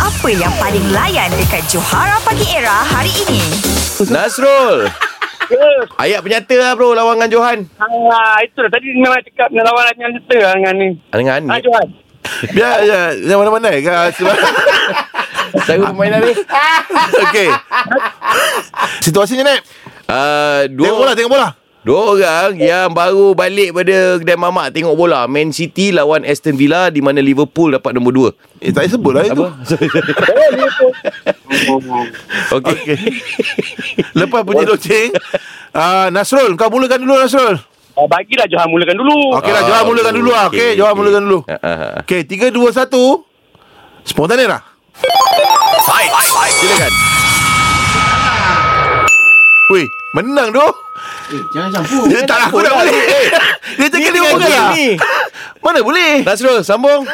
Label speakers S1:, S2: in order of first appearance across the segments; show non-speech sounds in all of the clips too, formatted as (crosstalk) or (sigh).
S1: Apa yang paling layan dekat Johara Pagi Era hari ini?
S2: Nasrul
S3: Yes.
S2: Ayat penyata lah bro Lawan dengan Johan
S3: Ha, itulah tadi memang cakap dengan lawan dengan kita lah dengan ni.
S2: Ah, Dengan ni
S3: Ha, Johan.
S4: Biar ya, yang mana-mana
S2: (laughs)
S4: kan.
S2: Saya permainan ni
S4: Okey. Situasinya Nek.
S2: uh, Dua
S4: Tengok bola, tengok bola.
S2: Dua orang yang baru balik pada kedai mamak tengok bola. Man City lawan Aston Villa di mana Liverpool dapat nombor dua.
S4: Eh tak payah sebut lah (laughs) itu.
S2: Apa? Okey. Okay.
S4: Lepas bunyi loceng. Ah Nasrul, kau mulakan dulu Nasrul.
S3: Ha, bagilah Johan mulakan dulu.
S4: Okey lah,
S2: Ah,
S4: Johan mulakan dulu lah.
S2: okey,
S4: Okey, Johan
S2: okey.
S4: mulakan dulu.
S2: Ah, ah, ah.
S4: Okey, 3 2 1. Spontan lah.
S2: Silakan.
S4: Weh, menang doh. Eh, jangan campur. Dia tak aku nak boleh. Dia cakap dia
S2: Okey,
S4: boleh lah.
S2: ni.
S4: Mana boleh?
S2: Nasrul, sambung.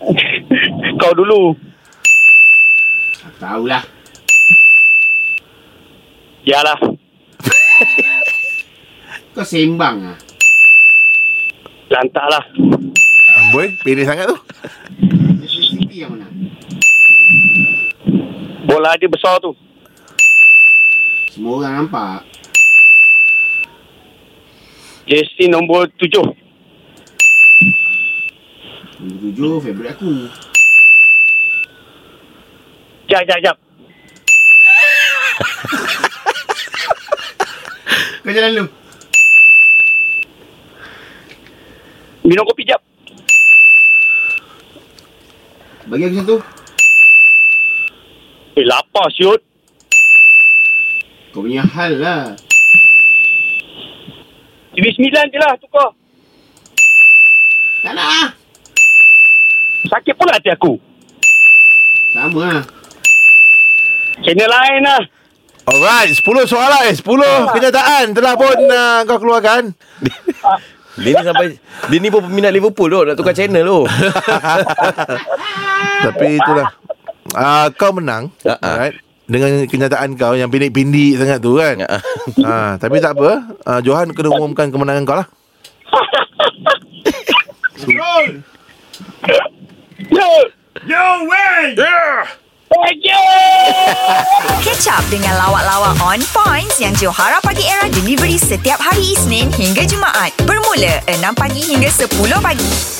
S3: (laughs) Kau dulu.
S5: Tahulah.
S3: Yalah.
S5: Kau sembang ah.
S3: Lantaklah.
S2: Ah,
S4: Amboi, pendek sangat tu.
S5: City yang mana?
S3: Bola dia besar tu.
S5: Semua orang nampak.
S3: Jersey nombor tujuh.
S5: Nombor tujuh favourite aku.
S3: Jap, jap, jap.
S5: Kau jalan dulu.
S3: Minum kopi jap.
S5: Bagi aku satu.
S3: Eh, lapar siut.
S5: Kau punya hal lah.
S3: Jadi sembilan je lah tukar.
S5: Tak nak ah.
S3: Sakit pula hati aku.
S5: Sama ah.
S3: Channel lain lah.
S4: Alright, 10 soalan eh
S2: Ah.
S4: 10 kenyataan telah pun uh, kau keluarkan.
S2: Dia ni sampai dia ni pun peminat Liverpool tu, nak tukar channel oh. tu.
S4: Tapi itulah. Uh, kau menang.
S2: Ha, ha.
S4: Alright. Dengan kenyataan kau yang pendek-pendek sangat tu kan.
S2: Ha, ha.
S4: Ah, tapi tak apa. Uh, Johan kena umumkan kemenangan kau lah.
S3: Yo. Yo, way. Yeah. Thank you.
S1: Catch up dengan lawak-lawak on points yang Johara Pagi Era delivery setiap hari Isnin hingga Jumaat bermula 6 pagi hingga 10 pagi.